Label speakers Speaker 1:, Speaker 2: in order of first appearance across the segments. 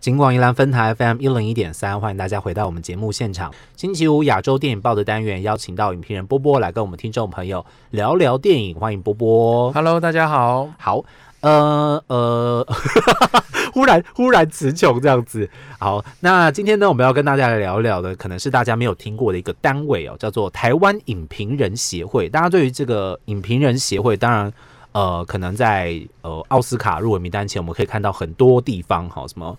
Speaker 1: 金广宜兰分台 FM 一零一点三，欢迎大家回到我们节目现场。星期五亚洲电影报的单元，邀请到影评人波波来跟我们听众朋友聊聊电影，欢迎波波。
Speaker 2: Hello，大家好。
Speaker 1: 好，呃呃， 忽然忽然词穷这样子。好，那今天呢，我们要跟大家来聊一聊的，可能是大家没有听过的一个单位哦，叫做台湾影评人协会。大家对于这个影评人协会，当然。呃，可能在呃奥斯卡入围名单前，我们可以看到很多地方哈，什么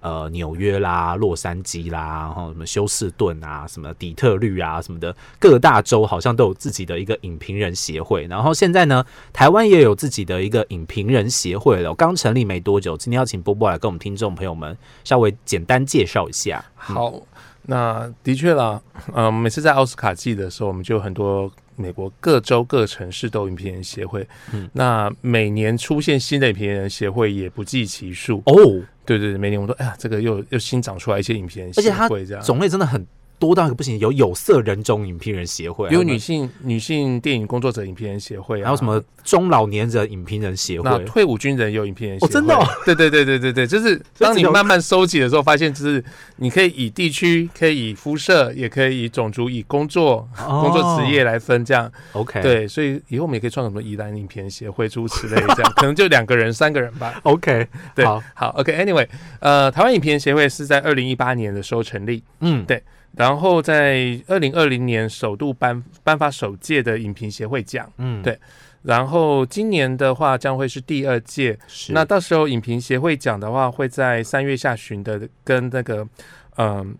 Speaker 1: 呃纽约啦、洛杉矶啦，然后什么休斯顿啊、什么底特律啊、什么的，各大洲好像都有自己的一个影评人协会。然后现在呢，台湾也有自己的一个影评人协会了，刚成立没多久。今天要请波波来跟我们听众朋友们稍微简单介绍一下。
Speaker 2: 好，那的确啦，嗯、每次在奥斯卡季的时候，我们就有很多美国各州各城市都有影评人协会。
Speaker 1: 嗯
Speaker 2: 那每年出现新的影评人协会也不计其数。
Speaker 1: 哦，
Speaker 2: 对对对，每年我们都哎呀，这个又又新长出来一些影评人
Speaker 1: 而且
Speaker 2: 协
Speaker 1: 它
Speaker 2: 会，这样
Speaker 1: 种类真的很多到一个不行，有有色人种影评人协会，
Speaker 2: 有
Speaker 1: 还
Speaker 2: 女性女性电影工作者影评人协会、啊，
Speaker 1: 还有什么中老年人影评人协
Speaker 2: 那
Speaker 1: 会。
Speaker 2: 退伍军人也有影评人协会
Speaker 1: 哦真的哦
Speaker 2: 对对对对对对，就是当你慢慢收集的时候，发现就是你可以以地区，可以以肤色，也可以以种族，以工作、
Speaker 1: 哦
Speaker 2: 工作职业来分，这样
Speaker 1: OK，，
Speaker 2: 对，所以以后我们也可以创什么宜兰影片协会诸如此类，这样 可能就两个人、三个人吧。
Speaker 1: OK，
Speaker 2: 对
Speaker 1: 好，
Speaker 2: 好，OK，Anyway，、呃，台湾影片协会是在二零一八年的时候成立，
Speaker 1: 嗯，
Speaker 2: 对然后在二零二零年首度颁颁发首届的影评协会奖，
Speaker 1: 嗯，
Speaker 2: 对然后今年的话将会是第二届，
Speaker 1: 是
Speaker 2: 那到时候影评协会奖的话，会在三月下旬的跟那个嗯，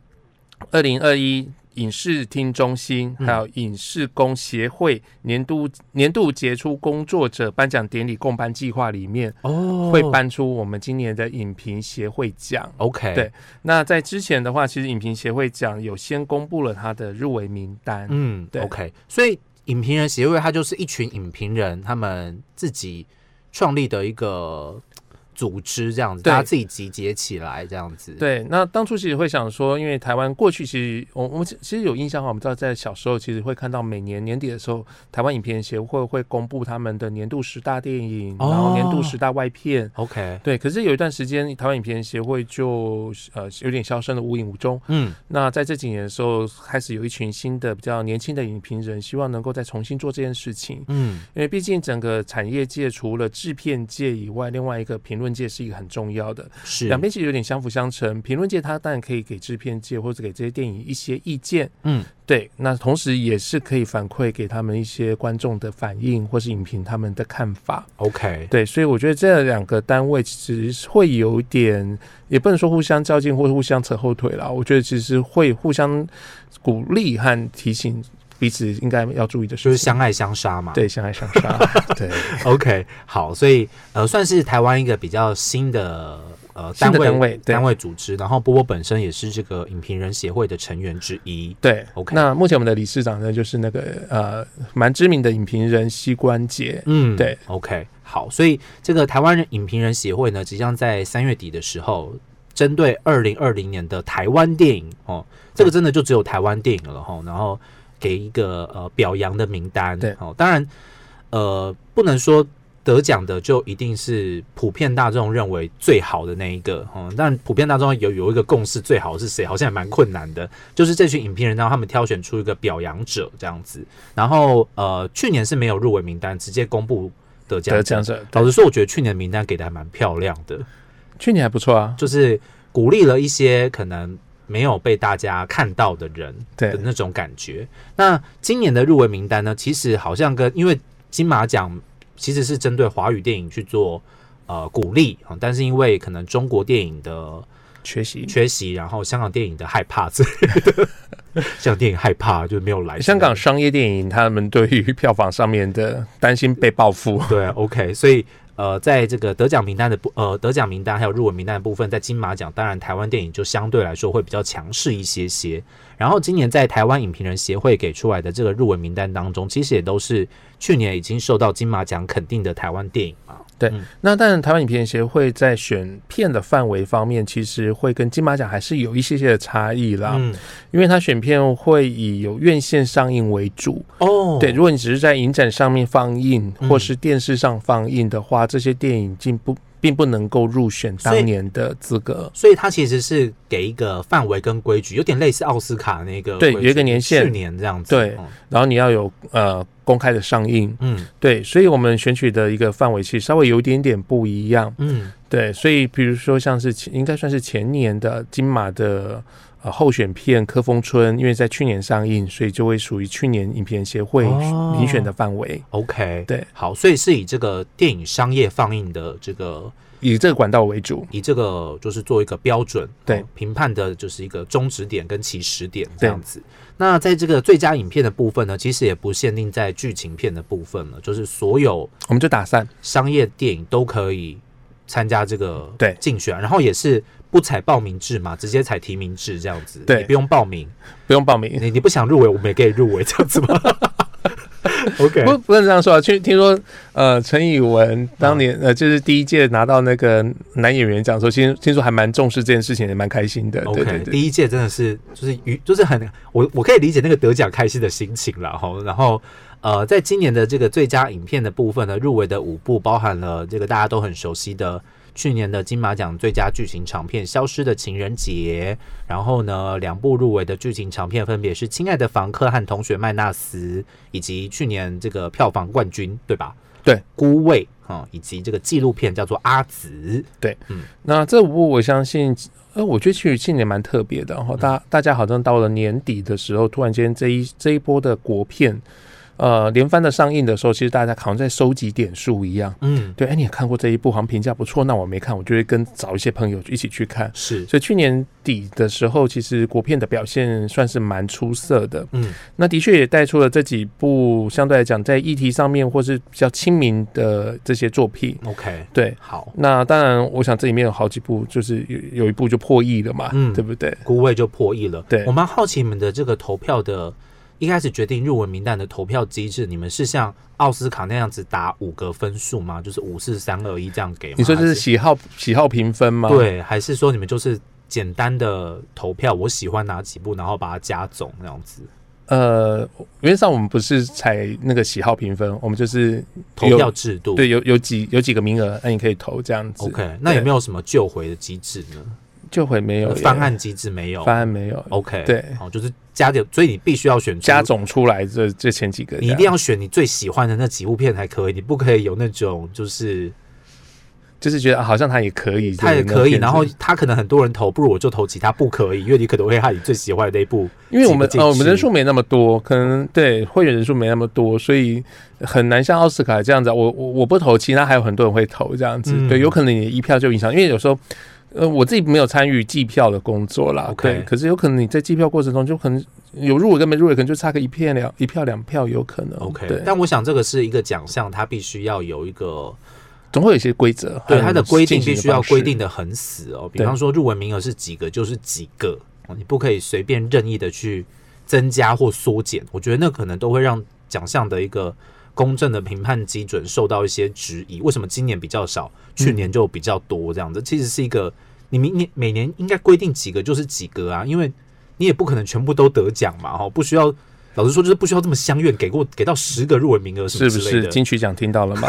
Speaker 2: 二零二一影视厅中心
Speaker 1: 嗯
Speaker 2: 还有影视工协会年度年度杰出工作者颁奖典礼共颁计划里面，
Speaker 1: 哦
Speaker 2: 会颁出我们今年的影评协会奖。
Speaker 1: OK，
Speaker 2: 对，那在之前的话，其实影评协会奖有先公布了它的入围名单。
Speaker 1: 嗯
Speaker 2: 对
Speaker 1: ，OK，所以影评人协会它就是一群影评人他们自己创立的一个组织，这样子，
Speaker 2: 对
Speaker 1: 大家自己集结起来，这样子，，
Speaker 2: 对，那当初其实会想说，因为台湾过去其实我我们其其实有印象哈，我们知道在小时候其实会看到每年年底的时候，台湾影片协会会公布他们的年度十大电影，
Speaker 1: 哦
Speaker 2: 然后年度十大外片。
Speaker 1: OK，
Speaker 2: 对，可是有一段时间，台湾影片协会就呃有点消声的无影无踪。
Speaker 1: 嗯，
Speaker 2: 那在这几年的时候，开始有一群新的比较年轻的影评人，希望能够再重新做这件事情。
Speaker 1: 嗯，
Speaker 2: 因为毕竟整个产业界除了制片界以外，另外一个评论界是一个很重要的。
Speaker 1: 嗯是，
Speaker 2: 两边其实有点相辅相成。评论界它当然可以给制片界或者给这些电影一些意见，
Speaker 1: 嗯，
Speaker 2: 对，那同时也是可以反馈给他们一些观众的反应或是影评他们的看法，
Speaker 1: ，OK，
Speaker 2: 对，所以我觉得这两个单位其实会有点，也不能说互相较劲或互相扯后腿啦，我觉得其实会互相鼓励和提醒彼此应该要注意的事
Speaker 1: 就
Speaker 2: 情，
Speaker 1: 是相爱相杀嘛，
Speaker 2: 对相爱相 杀，对
Speaker 1: OK，好，所以呃，算是台湾一个比较新的呃
Speaker 2: 新的
Speaker 1: 单
Speaker 2: 单位对
Speaker 1: 单位组织，然后波波本身也是这个影评人协会的成员之一。
Speaker 2: 对。
Speaker 1: OK，
Speaker 2: 那目前我们的理事长呢，就是那个呃蛮知名的影评人膝关节，
Speaker 1: 嗯，
Speaker 2: 对
Speaker 1: ，OK，好，所以这个台湾人影评人协会呢，即将在三月底的时候，针对二零二零年的台湾电影哦，这个真的就只有台湾电影了哈、哦，然后给一个呃表扬的名单，
Speaker 2: 对
Speaker 1: 哦，当然呃不能说。得奖的就一定是普遍大众认为最好的那一个，哦，但普遍大众有有一个共识，最好是谁，好像也蛮困难的。就是这群影片人当中，他们挑选出一个表扬者这样子，然后呃，去年是没有入围名单，直接公布得奖
Speaker 2: 得
Speaker 1: 者。
Speaker 2: 奖者。
Speaker 1: 老实说，我觉得去年名单给的还蛮漂亮的，
Speaker 2: 去年还不错啊，
Speaker 1: 就是鼓励了一些可能没有被大家看到的人
Speaker 2: 对
Speaker 1: 的那种感觉。那今年的入围名单呢，其实好像跟因为金马奖其实是针对华语电影去做呃鼓励啊，但是因为可能中国电影的
Speaker 2: 缺席。
Speaker 1: 缺席，然后香港电影的害怕之类的， 香港电影害怕就没有来。
Speaker 2: 香港商业电影，他们对于票房上面的担心被报复，
Speaker 1: 对，OK，所以呃，在这个得奖名单的部呃得奖名单还有入围名单的部分，在金马奖，当然台湾电影就相对来说会比较强势一些些。然后今年在台湾影评人协会给出来的这个入围名单当中，其实也都是去年已经受到金马奖肯定的台湾电影嘛。
Speaker 2: 那当然，台湾影片协会在选片的范围方面，其实会跟金马奖还是有一些些的差异啦。
Speaker 1: 嗯，
Speaker 2: 因为它选片会以有院线上映为主，
Speaker 1: 哦，
Speaker 2: 对。，如果你只是在影展上面放映
Speaker 1: 嗯
Speaker 2: 或是电视上放映的话，这些电影进不并不能够入选
Speaker 1: 所以
Speaker 2: 当年的资格。
Speaker 1: 所以它其实是给一个范围跟规矩，有点类似奥斯卡那个
Speaker 2: 对
Speaker 1: 规矩
Speaker 2: 有一个年限
Speaker 1: 去年这样子。哦
Speaker 2: 对然后你要有呃公开的上映，
Speaker 1: 嗯
Speaker 2: 对，所以我们选取的一个范围其实稍微有一点点不一样，
Speaker 1: 嗯
Speaker 2: 对，所以比如说像是前应该算是前年的金马的呃候选片《科峰村》，因为在去年上映，所以就会属于去年影片协会
Speaker 1: 哦
Speaker 2: 遴选的范围，
Speaker 1: ，OK，
Speaker 2: 对，
Speaker 1: 好，所以是以这个电影商业放映的这个
Speaker 2: 以这个管道为主。
Speaker 1: 以这个就是做一个标准，
Speaker 2: 对
Speaker 1: 哦评判的就是一个终止点跟起始点这样子。那在这个最佳影片的部分呢，其实也不限定在剧情片的部分了，就是所有
Speaker 2: 我们就打散，
Speaker 1: 商业电影都可以参加这个
Speaker 2: 对
Speaker 1: 竞选，然后也是不采报名制嘛，直接采提名制这样子，
Speaker 2: 对
Speaker 1: 你不用报名，
Speaker 2: 不用报名。
Speaker 1: 你你不想入围，我们也可以入围这样子吗 ？OK，
Speaker 2: 不，不能这样说啊。去听说，呃，陈以文当年、
Speaker 1: 嗯
Speaker 2: 呃，就是第一届拿到那个男演员奖的时候，听听说还蛮重视这件事情，也蛮开心的。对
Speaker 1: OK，
Speaker 2: 对对，
Speaker 1: 第一届真的是就是娱就是很我我可以理解那个得奖开心的心情啦哈。吼然后呃，在今年的这个最佳影片的部分呢，入围的五部包含了这个大家都很熟悉的去年的金马奖最佳剧情长片《消失的情人节》，然后呢两部入围的剧情长片分别是《亲爱的房客》和《同学麦纳斯》，以及去年这个票房冠军对吧？
Speaker 2: 对，
Speaker 1: 孤味啊、以及这个纪录片叫做《阿紫》。
Speaker 2: 那这五部我相信，呃，我觉得其实今年蛮特别的，然后大大家好像到了年底的时候，突然间这一这一波的国片，呃，连番的上映的时候，其实大家好像在收集点数一样。
Speaker 1: 嗯，
Speaker 2: 对，哎，你也看过这一部，好像评价不错，那我没看，我就会跟找一些朋友一起去看。
Speaker 1: 是，
Speaker 2: 所以去年底的时候，其实国片的表现算是蛮出色的。
Speaker 1: 嗯
Speaker 2: 那的确也带出了这几部相对来讲在议题上面或是比较亲民的这些作品。
Speaker 1: ，OK，
Speaker 2: 对，
Speaker 1: 好。
Speaker 2: 那当然，我想这里面有好几部，就是有有一部就破亿了嘛，
Speaker 1: 嗯
Speaker 2: 对不对？
Speaker 1: 孤位就破亿了。
Speaker 2: 对
Speaker 1: 我蛮好奇你们的这个投票的，一开始决定入围名单的投票机制，你们是像奥斯卡那样子打五个分数吗？就是五四三二一这样给吗？
Speaker 2: 你说这是
Speaker 1: 还是
Speaker 2: 喜好喜好评分吗？，
Speaker 1: 对，还是说你们就是简单的投票，我喜欢哪几部，然后把它加总那样子？
Speaker 2: 呃，原则上我们不是采那个喜好评分，我们就是
Speaker 1: 投
Speaker 2: 有
Speaker 1: 票制度。
Speaker 2: 对有有几有几个名额，那哎你可以投这样子。
Speaker 1: 哦，OK，那有没有什么救回的机制呢？
Speaker 2: 就会没有耶
Speaker 1: 呃方案机制没有
Speaker 2: 方案没有
Speaker 1: OK，
Speaker 2: 对
Speaker 1: 哦，就是加点，所以你必须要选出
Speaker 2: 加总啊出来这这前几个这样，
Speaker 1: 你一定要选你最喜欢的那几部片才可以，你不可以有那种就是
Speaker 2: 就是觉得啊好像他也可以，
Speaker 1: 他也
Speaker 2: 就是那种
Speaker 1: 可以，
Speaker 2: 片子
Speaker 1: 然后他可能很多人投，不如我就投其他不可以，因为你可能会害你最喜欢的那一部。
Speaker 2: 因为我们
Speaker 1: 挤不进去
Speaker 2: 呃，我们人数没那么多，可能对会员人数没那么多，所以很难像奥斯卡这样子啊。我我我不投，其他还有很多人会投这样子，
Speaker 1: 嗯
Speaker 2: 对，有可能你一票就影响，因为有时候。呃，我自己没有参与计票的工作啦
Speaker 1: OK
Speaker 2: 对，可是有可能你在计票过程中，就可能有入围跟没入围，可能就差个一片两一票两票，有可能。对
Speaker 1: OK，，但我想这个是一个奖项，它必须要有一个
Speaker 2: 总会有一些规则，
Speaker 1: 对
Speaker 2: 还有
Speaker 1: 它的规定
Speaker 2: 进行
Speaker 1: 必
Speaker 2: 的
Speaker 1: 须要
Speaker 2: 方式
Speaker 1: 规定的很死哦。比
Speaker 2: 对
Speaker 1: 方说入围名额是几个就是几个，哦你不可以随便任意的去增加或缩减。我觉得那可能都会让奖项的一个公正的评判基准受到一些质疑。为什么今年比较少，去
Speaker 2: 嗯
Speaker 1: 年就比较多这样子？其实是一个你明年每年应该规定几个就是几个啊，因为你也不可能全部都得奖嘛，哦，不需要。老实说，就是不需要这么相怨，给过给到十个入围名额什
Speaker 2: 是
Speaker 1: 么
Speaker 2: 不
Speaker 1: 之类
Speaker 2: 是
Speaker 1: 的，
Speaker 2: 金曲奖听到了吗？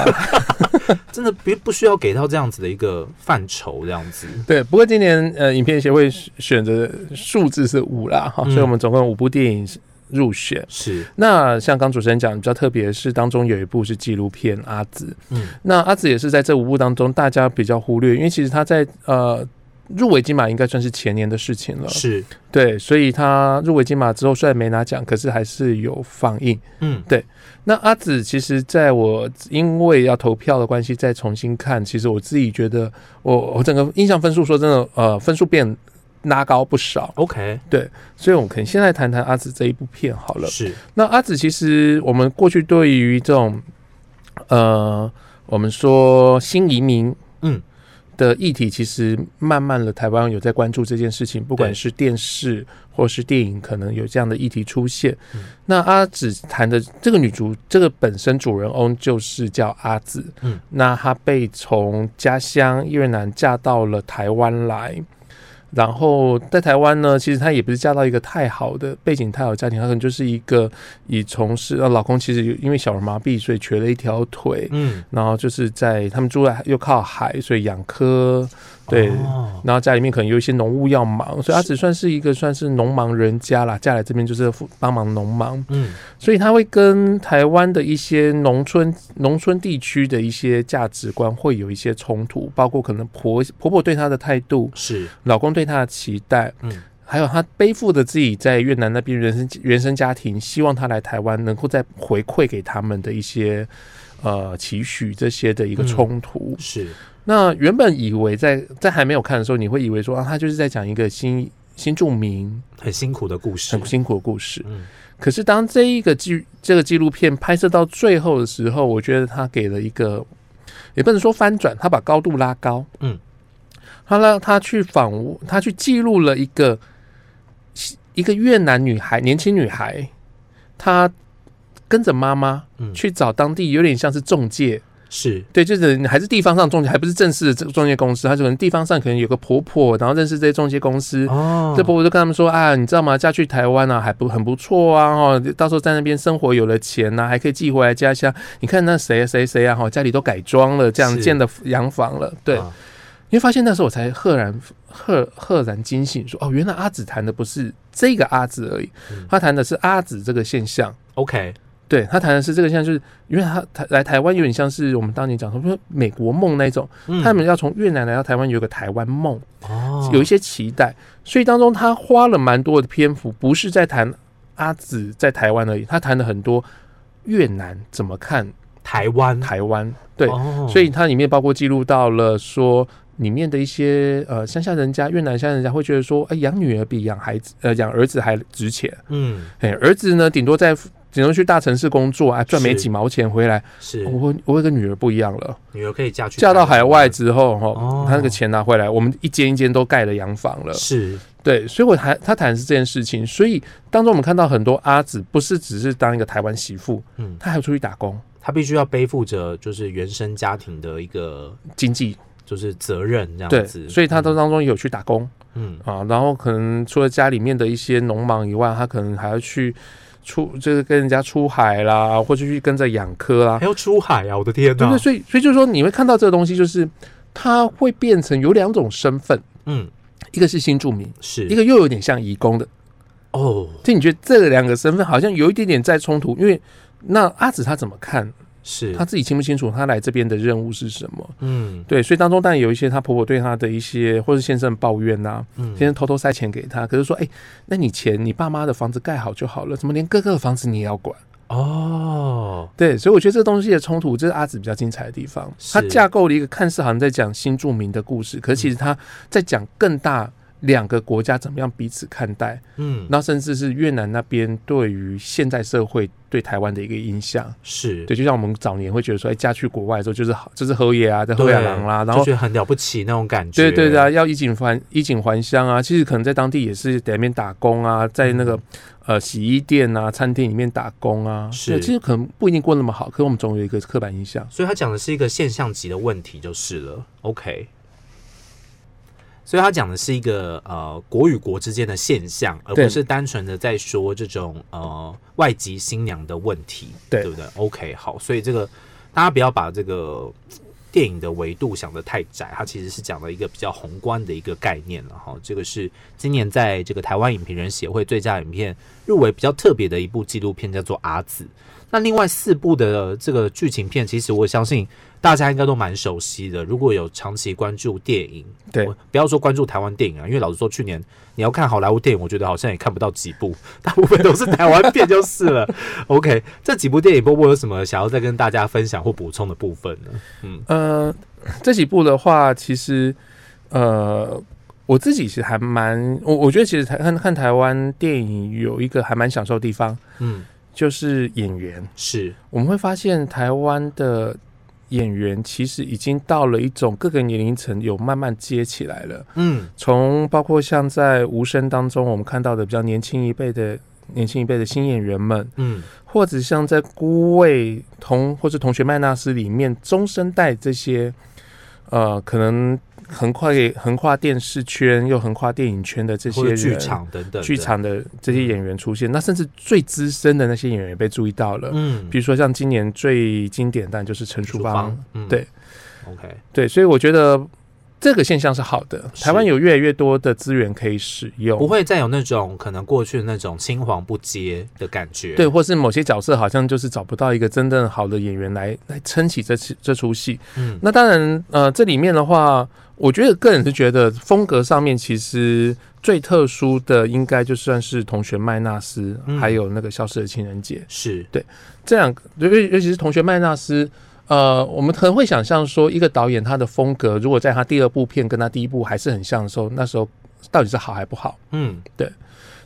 Speaker 1: 真的不不需要给到这样子的一个范畴，这样子。
Speaker 2: 对，不过今年呃，影片协会选择数字是五啦，哈、
Speaker 1: 嗯
Speaker 2: 所以我们总共有五部电影入选。
Speaker 1: 是，
Speaker 2: 那像刚主持人讲，比较特别是当中有一部是纪录片《阿紫》，
Speaker 1: 嗯，
Speaker 2: 那阿紫也是在这五部当中大家比较忽略，因为其实他在呃入围金马应该算是前年的事情了，
Speaker 1: 是，
Speaker 2: 对，所以他入围金马之后虽然没拿奖，可是还是有放映。
Speaker 1: 嗯
Speaker 2: 那阿紫其实在我因为要投票的关系再重新看，其实我自己觉得我我整个印象分数说真的，呃，分数变拉高不少，
Speaker 1: ，OK，
Speaker 2: 所以我们可以先来谈谈阿紫这一部片好了。
Speaker 1: 是，
Speaker 2: 那阿紫其实我们过去对于这种呃，我们说新移民，
Speaker 1: 嗯。
Speaker 2: 的议题其实慢慢的，台湾有在关注这件事情，不管是电视或是电影，可能有这样的议题出现。
Speaker 1: 嗯
Speaker 2: 那阿紫谈的这个女主，这个本身主人翁就是叫阿紫，
Speaker 1: 嗯，
Speaker 2: 那她被从家乡越南嫁到了台湾来，然后在台湾呢，其实她也不是嫁到一个太好的背景、太好的家庭，她可能就是一个以从事呃，老公其实有因为小儿麻痹，所以瘸了一条腿，
Speaker 1: 嗯，
Speaker 2: 然后就是在他们住在又靠海，所以养科，对，
Speaker 1: 哦
Speaker 2: 然后家里面可能有一些农务要忙，所以她只算是一个算是农忙人家啦，嫁来这边就是负帮忙农忙，
Speaker 1: 嗯
Speaker 2: 所以她会跟台湾的一些农村农村地区的一些价值观会有一些冲突，包括可能婆婆婆对她的态度，
Speaker 1: 是，
Speaker 2: 老公对她的期待，
Speaker 1: 嗯
Speaker 2: 还有她背负着自己在越南那边原生原生家庭，希望她来台湾能够再回馈给他们的一些呃期许这些的一个冲突。
Speaker 1: 是，
Speaker 2: 那原本以为在在还没有看的时候，你会以为说啊，她就是在讲一个新新住民
Speaker 1: 很辛苦的故事
Speaker 2: 很，辛苦的故事。
Speaker 1: 嗯
Speaker 2: 可是当这一个纪这个纪录片拍摄到最后的时候，我觉得他给了一个，也不能说翻转，他把高度拉高。
Speaker 1: 嗯，
Speaker 2: 他让他去访问，他去记录了一个一个越南女孩，年轻女孩，她跟着妈妈
Speaker 1: 嗯，
Speaker 2: 去找当地有点像是中介，
Speaker 1: 是，
Speaker 2: 对，就是还是地方上中介，还不是正式的这个中介公司，她可能地方上可能有个婆婆，然后认识这些中介公司，
Speaker 1: 哦，
Speaker 2: 这婆婆就跟他们说啊，你知道吗？嫁去台湾啊，还不很不错啊，哈、到时候在那边生活有了钱啊呐、还可以寄回来家乡。你看那谁谁谁啊，哈、家里都改装了，这样
Speaker 1: 是
Speaker 2: 建的洋房了。对，
Speaker 1: 啊
Speaker 2: 你会发现那时候我才赫然赫赫然惊醒说，哦，原来阿紫谈的不是这个阿紫而已
Speaker 1: 嗯，
Speaker 2: 她谈的是阿紫这个现象。
Speaker 1: ，OK，
Speaker 2: 对她谈的是这个现象，就是因为她台来台湾有点像是我们当年讲说，比如说美国梦那种，
Speaker 1: 嗯
Speaker 2: 他们要从越南来到台湾，有个台湾梦。
Speaker 1: 哦
Speaker 2: 有一些期待，所以当中他花了蛮多的篇幅，不是在谈阿紫在台湾而已，他谈了很多越南怎么看
Speaker 1: 台湾，
Speaker 2: 台湾，对，
Speaker 1: 哦
Speaker 2: 所以它里面包括记录到了说里面的一些呃乡下人家，越南乡下人家会觉得说，哎、养女儿比养孩子呃养儿子还值钱，
Speaker 1: 嗯
Speaker 2: 哎、儿子呢顶多在顶多去大城市工作啊，赚没
Speaker 1: 是
Speaker 2: 几毛钱回来，
Speaker 1: 是
Speaker 2: 我会我会跟女儿不一样了。
Speaker 1: 女儿可以嫁去
Speaker 2: 嫁到
Speaker 1: 台湾
Speaker 2: 海外之后，哈、
Speaker 1: 哦
Speaker 2: 他那个钱拿回来，我们一间一间都盖了洋房了。
Speaker 1: 是
Speaker 2: 对，所以我谈他谈的是这件事情，所以当中我们看到很多阿紫不是只是当一个台湾媳妇，
Speaker 1: 嗯，
Speaker 2: 她还要出去打工，
Speaker 1: 她必须要背负着就是原生家庭的一个
Speaker 2: 经济
Speaker 1: 就是责任这样
Speaker 2: 对，
Speaker 1: 子，
Speaker 2: 所以她都当中有去打工
Speaker 1: 嗯
Speaker 2: 啊，然后可能除了家里面的一些农忙以外，她可能还要去出就是跟人家出海啦，或者去跟着养科啦
Speaker 1: 还，要出海啊，我的天
Speaker 2: 对
Speaker 1: 呐
Speaker 2: 不对？，所以所以就是说你会看到这个东西，就是她会变成有两种身份，
Speaker 1: 嗯
Speaker 2: 一个是新住民，
Speaker 1: 是
Speaker 2: 一个又有点像移工的，
Speaker 1: 哦
Speaker 2: 所以你觉得这两个身份好像有一点点在冲突，因为那阿紫她怎么看？
Speaker 1: 是
Speaker 2: 她自己清不清楚她来这边的任务是什么？
Speaker 1: 嗯
Speaker 2: 对，所以当中当然有一些她婆婆对她的一些，或是先生的抱怨呐、
Speaker 1: 嗯
Speaker 2: 先生偷偷塞钱给她，可是说，哎、那你钱你爸妈的房子盖好就好了，怎么连哥哥的房子你也要管？
Speaker 1: 哦
Speaker 2: 对，所以我觉得这东西的冲突，这是阿紫比较精彩的地方。
Speaker 1: 是
Speaker 2: 她架构了一个看似好像在讲新著名的故事，可是其实她在讲更大两个国家怎么样彼此看待。
Speaker 1: 嗯
Speaker 2: 那甚至是越南那边对于现在社会对台湾的一个影响，
Speaker 1: 是
Speaker 2: 对，就像我们早年会觉得说，哎，嫁去国外的时候就是好，就是河野啊，在河野郎啦，然
Speaker 1: 就
Speaker 2: 后
Speaker 1: 觉得很了不起那种感觉，
Speaker 2: 对对对啊，要衣锦还衣锦还乡啊，其实可能在当地也是在那边打工啊，在
Speaker 1: 嗯
Speaker 2: 那个呃洗衣店啊、餐厅里面打工啊，
Speaker 1: 是
Speaker 2: 对其实可能不一定过那么好，可是我们总有一个刻板印象。
Speaker 1: 所以他讲的是一个现象级的问题就是了。OK，所以他讲的是一个呃国与国之间的现象，而
Speaker 2: 对
Speaker 1: 不是单纯的在说这种呃外籍新娘的问题，
Speaker 2: 对
Speaker 1: 对不对？OK，好，所以这个大家不要把这个。电影的维度想得太窄，它其实是讲了一个比较宏观的一个概念了哈。这个是今年在这个台湾影评人协会最佳影片入围比较特别的一部纪录片，叫做《阿紫》。那另外四部的这个剧情片，其实我相信大家应该都蛮熟悉的。如果有长期关注电影，
Speaker 2: 对
Speaker 1: 我不要说关注台湾电影啊，因为老实说，去年你要看好莱坞电影，我觉得好像也看不到几部， 大部分都是台湾片就是了。OK，这几部电影，波波有什么想要再跟大家分享或补充的部分呢？
Speaker 2: 呃，这几部的话，其实呃，我自己其实还蛮，我我觉得其实台看看台湾电影有一个还蛮享受的地方，
Speaker 1: 嗯，
Speaker 2: 就是演员，
Speaker 1: 是
Speaker 2: 我们会发现台湾的。演员其实已经到了一种各个年龄层有慢慢接起来了，
Speaker 1: 嗯
Speaker 2: 从包括像在无声当中我们看到的比较年轻一辈的年轻一辈的新演员们，
Speaker 1: 嗯
Speaker 2: 或者像在《孤味》同或是《同学麦纳斯》里面中生代这些，呃，可能横跨横跨电视圈又横跨电影圈的这些
Speaker 1: 或者
Speaker 2: 人
Speaker 1: 剧、场等等的
Speaker 2: 剧，场的这些演员出现，那甚至最资深的那些演员也被注意到了。
Speaker 1: 嗯，
Speaker 2: 比如说像今年最经典，但就是陈淑芳，，
Speaker 1: 嗯
Speaker 2: 对
Speaker 1: ，OK，
Speaker 2: 对，所以我觉得这个现象是好的，
Speaker 1: 是
Speaker 2: 台湾有越来越多的资源可以使用，
Speaker 1: 不会再有那种可能过去那种青黄不接的感觉，
Speaker 2: 对，，或是某些角色好像就是找不到一个真正好的演员来来撑起这次这出戏。
Speaker 1: 嗯，
Speaker 2: 那当然，呃，这里面的话，我觉得个人是觉得风格上面其实最特殊的应该就算是同学麦纳斯，
Speaker 1: 嗯
Speaker 2: 还有那个消失的情人节
Speaker 1: 是，
Speaker 2: 这两个，尤尤其是同学麦纳斯。呃，我们可能会想象说，一个导演他的风格，如果在他第二部片跟他第一部还是很像的时候，那时候到底是好还不好？
Speaker 1: 嗯，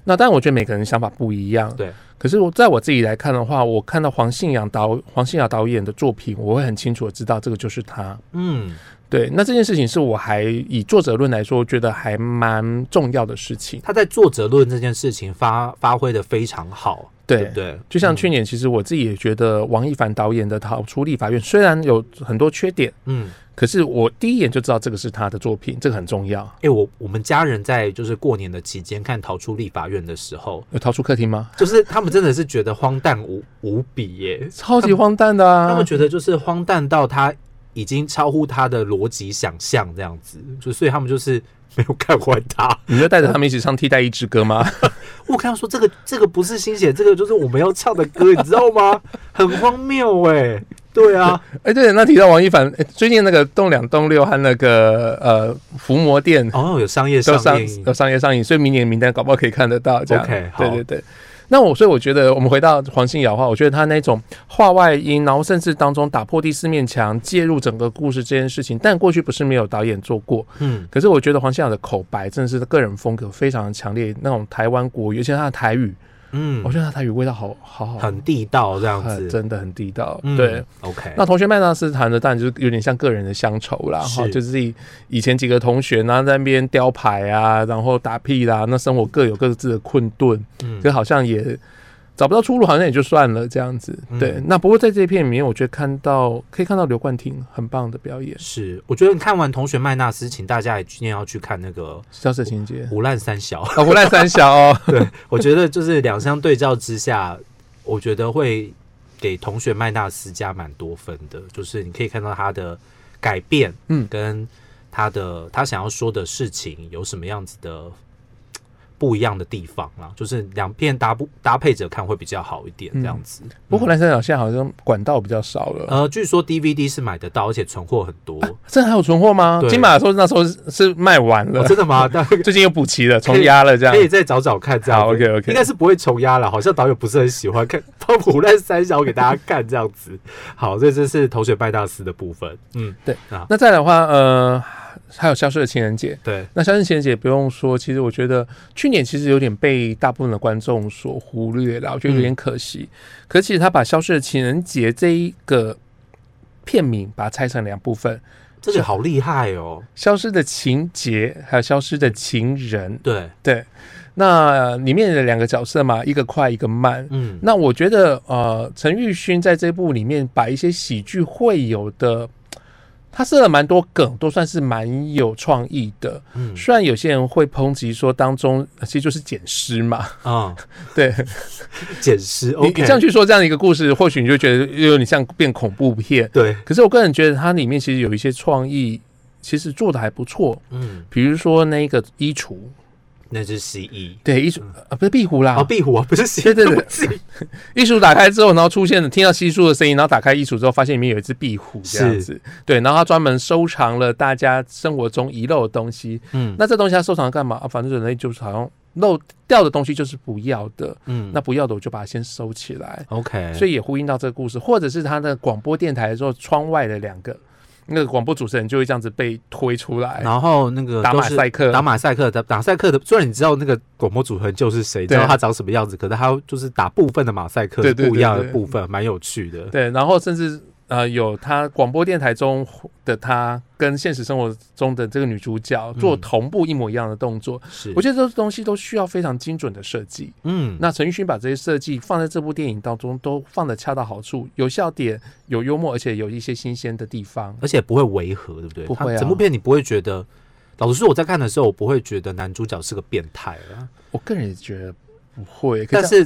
Speaker 2: 那当然，我觉得每个人想法不一样。
Speaker 1: 对。
Speaker 2: 可是我在我自己来看的话，我看到黄信仰导黄信仰导演的作品，我会很清楚的知道这个就是他。
Speaker 1: 嗯，
Speaker 2: 对，那这件事情是我还以作者论来说，我觉得还蛮重要的事情。
Speaker 1: 他在作者论这件事情发发挥的非常好，
Speaker 2: 对，嗯
Speaker 1: 不对？
Speaker 2: 就像去年，其实我自己也觉得王一凡导演的《逃出立法院》虽然有很多缺点，
Speaker 1: 嗯，
Speaker 2: 可是我第一眼就知道这个是他的作品，这个很重要。
Speaker 1: 哎、我我们家人在就是过年的期间看《逃出立法院》的时候，
Speaker 2: 有逃出客厅吗？
Speaker 1: 就是他们真的是觉得荒诞无无比耶，
Speaker 2: 超级荒诞的啊！
Speaker 1: 他们觉得就是荒诞到他已经超乎他的逻辑想象这样子，就所以他们就是没有看完它。
Speaker 2: 你就带着他们一起唱《替代役之歌》吗？
Speaker 1: 我看到说这个这个不是新写，这个就是我们要唱的歌，你知道 吗？很荒谬哎，对啊，
Speaker 2: 哎、对，那提到王一凡，哎最近那个栋两、栋六和那个呃伏魔店
Speaker 1: 哦，有商业
Speaker 2: 都
Speaker 1: 上
Speaker 2: 上
Speaker 1: 映
Speaker 2: 都商业上映，所以明年名单搞不好可以看得到。这样
Speaker 1: OK，好
Speaker 2: 对对对。那我所以我觉得，我们回到黄信尧的话，啊我觉得他那种话外音，然后甚至当中打破第四面墙，介入整个故事这件事情，但过去不是没有导演做过。
Speaker 1: 嗯
Speaker 2: 可是我觉得黄信尧的口白真的是个人风格非常强烈，那种台湾国语，而且他的台语，我
Speaker 1: 嗯，
Speaker 2: 觉得他台语味道好好好，
Speaker 1: 很地道这样
Speaker 2: 哦很
Speaker 1: 子，
Speaker 2: 真的很地道。
Speaker 1: 嗯
Speaker 2: 对，
Speaker 1: ，OK，
Speaker 2: 那同学麦纳斯谈的当然就是有点像个人的乡愁啦，
Speaker 1: 是
Speaker 2: 哈，就是自己以前几个同学，然后在那边雕牌啊，然后打屁啦，那生活各有各自的困顿，
Speaker 1: 嗯
Speaker 2: 可好像也找不到出路，好像也就算了这样子。
Speaker 1: 嗯
Speaker 2: 对，那不过在这一片里面，我觉得看到可以看到刘冠廷很棒的表演，
Speaker 1: 是，我觉得你看完《同学麦纳斯》，请大家也今天要去看那个
Speaker 2: 消失的情节。
Speaker 1: 《胡烂三小》。
Speaker 2: 啊，胡乱三小哦，
Speaker 1: 我觉得就是两相对照之下，我觉得会给《同学麦纳斯》加蛮多分的，就是你可以看到他的改变，
Speaker 2: 嗯
Speaker 1: 跟他的他想要说的事情有什么样子的不一样的地方啦，就是两片搭不搭配着看会比较好一点，这样子。
Speaker 2: 不过胡乱三小现在好像管道比较少了。
Speaker 1: 呃，据说 DVD 是买得到，而且存货很多。
Speaker 2: 这还有存货吗？
Speaker 1: 对
Speaker 2: 金马的时候那时候是是卖完了
Speaker 1: 哦，，真的吗？那
Speaker 2: 最近又补齐了，重压了这样
Speaker 1: 可。以再找找看，这样子
Speaker 2: 好，OK，OK
Speaker 1: 应该是不会重压了，好像导演不是很喜欢看 放胡乱三小给大家看这样子。好，这这是头水拜大师的部分，嗯，
Speaker 2: 那再来的话，呃，还有消失的情人节，
Speaker 1: 对，
Speaker 2: 那相信贤姐不用说，其实我觉得去年其实有点被大部分的观众所忽略了，我觉得有点可惜。
Speaker 1: 嗯
Speaker 2: 可其实他把《消失的情人节》这一个片名把它拆成两部分，《
Speaker 1: 这个好厉害哦，
Speaker 2: 消失的情节》还有《消失的情人》。
Speaker 1: 对，
Speaker 2: 对，那里面的两个角色嘛，一个快，一个慢。
Speaker 1: 嗯，
Speaker 2: 那我觉得，呃，陈玉勋在这部里面把一些喜剧会有的，他设了蛮多梗，都算是蛮有创意的。
Speaker 1: 嗯
Speaker 2: 虽然有些人会抨击说当中呃其实就是捡尸嘛，
Speaker 1: 啊，
Speaker 2: 对
Speaker 1: 捡尸
Speaker 2: 你你
Speaker 1: ，OK，
Speaker 2: 这样去说这样的一个故事，或许你就觉得有点像变恐怖片。
Speaker 1: 对，
Speaker 2: 可是我个人觉得它里面其实有一些创意，其实做的还不错。
Speaker 1: 嗯，
Speaker 2: 比如说那个衣橱，
Speaker 1: 那只蜥蜴。
Speaker 2: 对衣橱啊不是壁虎啦，
Speaker 1: 哦，壁虎啊，不是蜥蜴，
Speaker 2: 对对对
Speaker 1: 不 是
Speaker 2: 衣橱打开之后，然后出现了听到稀疏的声音，然后打开衣橱之后，发现里面有一只壁虎这样子。对，然后他专门收藏了大家生活中遗漏的东西。
Speaker 1: 嗯，
Speaker 2: 那这东西他收藏干嘛？啊，反正人类就是好像漏掉的东西就是不要的。
Speaker 1: 嗯，哎
Speaker 2: 那不要的我就把它先收起来，
Speaker 1: OK，
Speaker 2: 所
Speaker 1: 以
Speaker 2: 以也呼应到这个故事，或者是他的广播电台的时候，窗外的两个那个广播主持人就会这样子被推出来，
Speaker 1: 然后那个
Speaker 2: 打
Speaker 1: 都
Speaker 2: 马
Speaker 1: 是
Speaker 2: 赛克，啊
Speaker 1: 打马赛克的打赛克的，虽然你知道那个广播组合就是谁，知
Speaker 2: 对
Speaker 1: 道他长什么样子，可是他就是打部分的马赛克
Speaker 2: 对对
Speaker 1: 不一样的
Speaker 2: 对对
Speaker 1: 部分，蛮有趣的。
Speaker 2: 对，然后甚至呃，有他广播电台中的他跟现实生活中的这个女主角做
Speaker 1: 嗯
Speaker 2: 同步一模一样的动作，
Speaker 1: 是，
Speaker 2: 我
Speaker 1: 觉得
Speaker 2: 觉得这东西都需要非常精准的设计。
Speaker 1: 嗯，
Speaker 2: 那陈奕迅把这些设计放在这部电影当中，都放的恰到好处，有笑点，有幽默，而且有一些新鲜的地方。
Speaker 1: 而且不会违和，对不对？
Speaker 2: 不会啊
Speaker 1: 它整部片你不会觉得，老实说，我在看的时候，我不会觉得男主角是个变态啊，
Speaker 2: 我个人也觉得不会，可
Speaker 1: 但是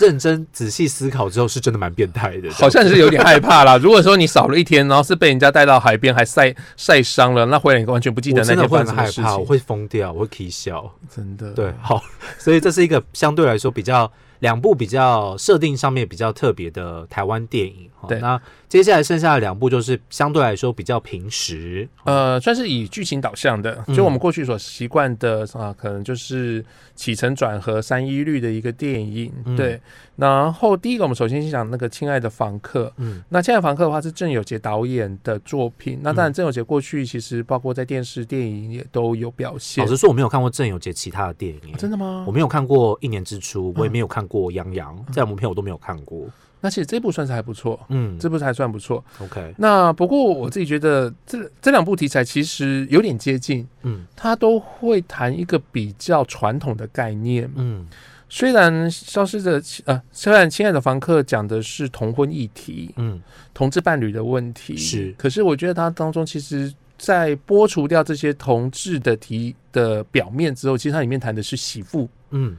Speaker 1: 认真仔细思考之后，是真的蛮变态的，
Speaker 2: 好像是有点害怕啦。如果说你少了一天，然后是被人家带到海边还晒晒伤了，那回来你完全不记得
Speaker 1: 我
Speaker 2: 那
Speaker 1: 真的
Speaker 2: 天
Speaker 1: 会很
Speaker 2: 发生什么
Speaker 1: 害怕，我
Speaker 2: 事情。嗯
Speaker 1: 会疯掉，我会啼笑。
Speaker 2: 真的，
Speaker 1: 对，好，所以这是一个相对来说比较两部比较设定上面比较特别的台湾电影。好
Speaker 2: 对
Speaker 1: 那接下来剩下的两部就是相对来说比较平时，
Speaker 2: 呃，算是以剧情导向的，
Speaker 1: 嗯
Speaker 2: 就我们过去所习惯的啊，可能就是起承转合、三一律的一个电影。
Speaker 1: 嗯
Speaker 2: 对，然后第一个我们首先先讲那个《亲爱的房客》，
Speaker 1: 嗯
Speaker 2: 那《亲爱的房客》的话是郑有杰导演的作品，那当
Speaker 1: 嗯
Speaker 2: 然郑有杰过去其实包括在电视、电影也都有表现。
Speaker 1: 老实说，我没有看过郑有杰其他的电影，
Speaker 2: 啊真的吗
Speaker 1: 我？没有看过《一年之初》，
Speaker 2: 嗯
Speaker 1: 我也没有看过《杨洋》，这两部片我都没有看过。
Speaker 2: 那其实这部算是还不错，
Speaker 1: 嗯
Speaker 2: 这部还算不错。
Speaker 1: ，OK，
Speaker 2: 那不过我自己觉得这这两部题材其实有点接近，
Speaker 1: 嗯
Speaker 2: 它都会谈一个比较传统的概念。
Speaker 1: 嗯
Speaker 2: 虽然消失的呃，虽然亲爱的房客讲的是同婚议题、
Speaker 1: 嗯
Speaker 2: 同志伴侣的问题，
Speaker 1: 是
Speaker 2: 可是我觉得它当中其实。在剥除掉这些同志的题的表面之后，其实它里面谈的是媳妇，
Speaker 1: 嗯，，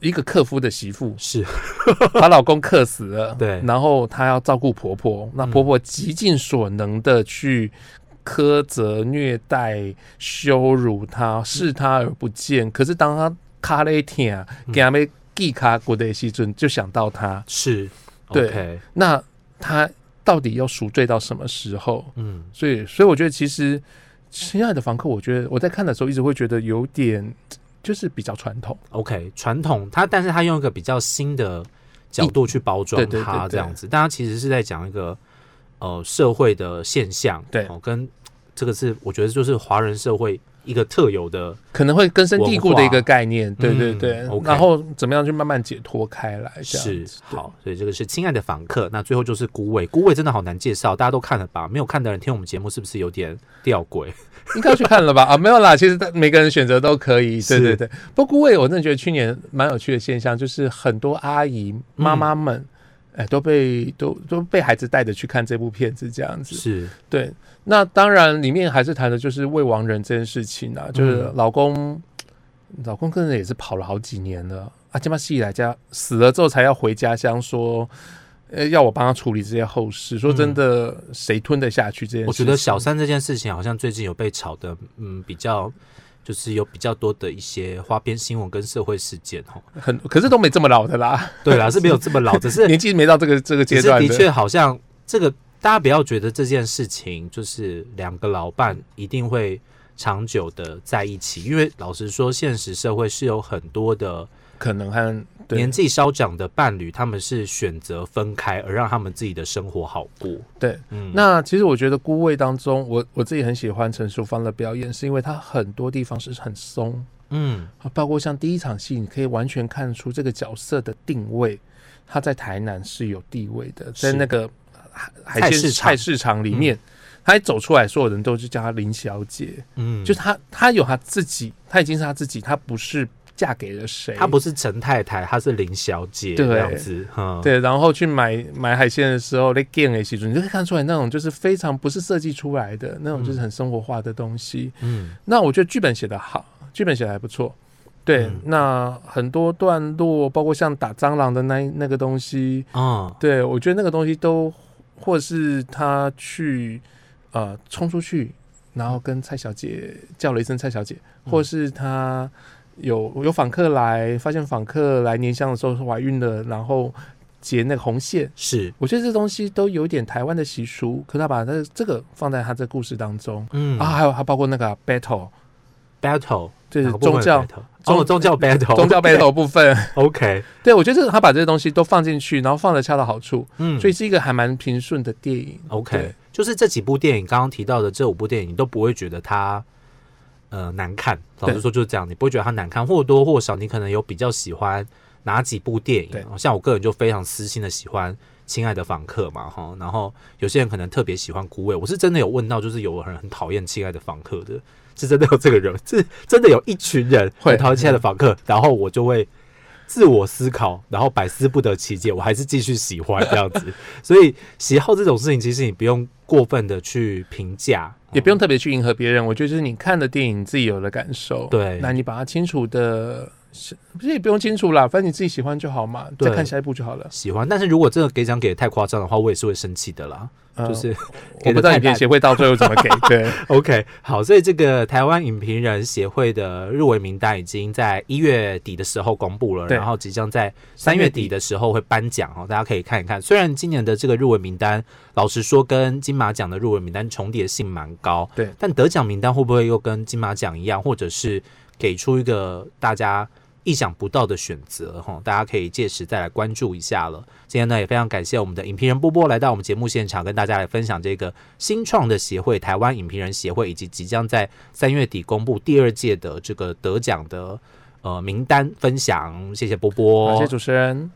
Speaker 2: 一个克夫的媳妇
Speaker 1: 是，
Speaker 2: 把老公克死了，
Speaker 1: 对
Speaker 2: 然后她要照顾婆婆，那
Speaker 1: 嗯
Speaker 2: 婆婆极尽所能的去苛责、虐待、羞辱她，视她而不见。可是当她卡了一天啊，
Speaker 1: 嗯
Speaker 2: 给她们记卡过的时阵，就想到她，
Speaker 1: 是
Speaker 2: 对
Speaker 1: ，OK，
Speaker 2: 那她到底要赎罪到什么时候？
Speaker 1: 嗯
Speaker 2: 所以，所以我觉得其实《亲爱的房客》，我觉得我在看的时候一直会觉得有点。就是比较传统，
Speaker 1: ，OK，传统它，但是它用一个比较新的角度去包装
Speaker 2: 对对对
Speaker 1: 它，
Speaker 2: 对
Speaker 1: 这样子，但它其实是在讲一个呃社会的现象，
Speaker 2: 对
Speaker 1: 哦，跟这个是我觉得就是华人社会一个特有的，
Speaker 2: 可能会根深蒂固的一个概念，对对
Speaker 1: 嗯
Speaker 2: 对、
Speaker 1: OK
Speaker 2: 然后怎么样去慢慢解脱开来，这样
Speaker 1: 是
Speaker 2: 子对
Speaker 1: 好，所以这个是亲爱的访客。那最后就是孤伟，孤伟真的好难介绍，大家都看了吧？没有看的人听我们节目是不是有点吊诡？
Speaker 2: 应该要去看了吧？啊，没有啦，其实每个人选择都可以，对
Speaker 1: 是
Speaker 2: 对对。不过我也我真的觉得去年蛮有趣的现象，就是很多阿姨妈妈们，
Speaker 1: 嗯
Speaker 2: 哎、都被都都被孩子带着去看这部片子，这样子。
Speaker 1: 是，
Speaker 2: 对，那当然里面还是谈的就是未亡人这件事情啊，
Speaker 1: 嗯
Speaker 2: 就是老公，老公跟人也是跑了好几年了啊，这么戏来家死了之后才要回家乡说，呃，要我帮他处理这些后事。说真的，谁吞得下去这件事情？
Speaker 1: 嗯我觉得小三这件事情好像最近有被炒的，嗯，比较就是有比较多的一些花边新闻跟社会事件哦。
Speaker 2: 很，可是都没这么老的啦，
Speaker 1: 对啦，是没有这么 老，只是
Speaker 2: 年纪没到这个这个
Speaker 1: 只
Speaker 2: 阶
Speaker 1: 是
Speaker 2: 段
Speaker 1: 的确好像这个大家不要觉得这件事情就是两个老伴一定会长久的在一起，因为老实说，现实社会是有很多的。
Speaker 2: 可能和对
Speaker 1: 年纪稍长的伴侣，他们是选择分开，而让他们自己的生活好过。
Speaker 2: 对。
Speaker 1: 嗯，
Speaker 2: 那其实我觉得《孤味》当中，我我自己很喜欢陈淑芳的表演，是因为她很多地方是很松，
Speaker 1: 嗯
Speaker 2: 啊，包括像第一场戏，你可以完全看出这个角色的定位，他在台南是有地位的，
Speaker 1: 是
Speaker 2: 在那个海海
Speaker 1: 菜
Speaker 2: 鲜
Speaker 1: 市场
Speaker 2: 菜市场里面，他一走出来，所有人都是叫他林小姐，
Speaker 1: 嗯，就
Speaker 2: 就
Speaker 1: 是
Speaker 2: 他他有他自己，他已经是他自己，他不是嫁给了谁，
Speaker 1: 她不是陈太太，她是林小姐
Speaker 2: 对
Speaker 1: 这样子。嗯，，
Speaker 2: 对，然后去买买海鲜的时候，那 g a 的时候，你就可以看出来那种就是非常不是设计出来的那种，就是很生活化的东西。
Speaker 1: 嗯
Speaker 2: 那我觉得剧本写得好，剧本写得还不错。对，
Speaker 1: 嗯
Speaker 2: 那很多段落，包括像打蟑螂的那一那个东西，
Speaker 1: 嗯
Speaker 2: 对我觉得那个东西都，或是他去呃冲出去，然后跟蔡小姐叫了一声蔡小姐，
Speaker 1: 嗯
Speaker 2: 或是他有有访客来，发现访客来年香的时候是怀孕了，然后结那个红线，
Speaker 1: 是，
Speaker 2: 我觉得这东西都有点台湾的习俗，可他把那这个放在他这故事当中。
Speaker 1: 嗯
Speaker 2: 啊，还有还包括那个啊 battle，
Speaker 1: ，battle 啊
Speaker 2: 就是
Speaker 1: 哪个部
Speaker 2: 宗
Speaker 1: 分的
Speaker 2: 教
Speaker 1: battle？哦，宗 教 battle，
Speaker 2: 宗教 battle 部分。
Speaker 1: OK，
Speaker 2: 对，我觉得这个他把这些东西都放进去，然后放的恰到好处，
Speaker 1: 嗯，
Speaker 2: 所以是一个还蛮平顺的电影。
Speaker 1: OK
Speaker 2: 对。
Speaker 1: 就是这几部电影，刚刚提到的这五部电影，你都不会觉得它呃难看。老实
Speaker 2: 对
Speaker 1: 说就是这样，你不会觉得它难看，或多或少你可能有比较喜欢哪几部电
Speaker 2: 对
Speaker 1: 影。哦像我个人就非常私心的喜欢《亲爱的访客》嘛，哈，然后有些人可能特别喜欢《孤味》，我是真的有问到，就是有人很讨厌《亲爱的访客》的，是真的有这个人，是真的有一群人
Speaker 2: 会
Speaker 1: 很讨厌《亲爱的访客》，然后我就会。自我思考，然后百思不得其解，我还是继续喜欢这样子。所以喜好这种事情，其实你不用过分的去评价，哦
Speaker 2: 也不用特别去迎合别人。我觉得就是你看的电影，你自己有了感受，
Speaker 1: 对
Speaker 2: 那你把它清楚的，是不是也不用清楚啦，反正你自己喜欢就好嘛，
Speaker 1: 对
Speaker 2: 再看下一部就好了。
Speaker 1: 喜欢，但是如果真的给奖给的太夸张的话，我也是会生气的啦。
Speaker 2: 呃
Speaker 1: 就是
Speaker 2: 我
Speaker 1: 给
Speaker 2: 不
Speaker 1: 得
Speaker 2: 知道
Speaker 1: 太
Speaker 2: 影片
Speaker 1: 大
Speaker 2: 协会到最后怎 么给，对，
Speaker 1: OK，好，所以这个台湾影评人协会的入围名单已经在一月底的时候公布了，
Speaker 2: 对
Speaker 1: 然后即将在三月底的时候会颁奖哦，大家可以看一看。虽然今年的这个入围名单，老实说跟金马奖的入围名单重叠性蛮高，
Speaker 2: 对
Speaker 1: 但得奖名单会不会又跟金马奖一样，或者是给出一个大家意想不到的选择哈，大家可以届时再来关注一下了。今天呢，也非常感谢我们的影评人波波来到我们节目现场，跟大家来分享这个新创的协会——台湾影评人协会，以及即将在三月底公布第二届的这个得奖的呃名单分享。谢谢波波，
Speaker 2: 好，谢谢主持人。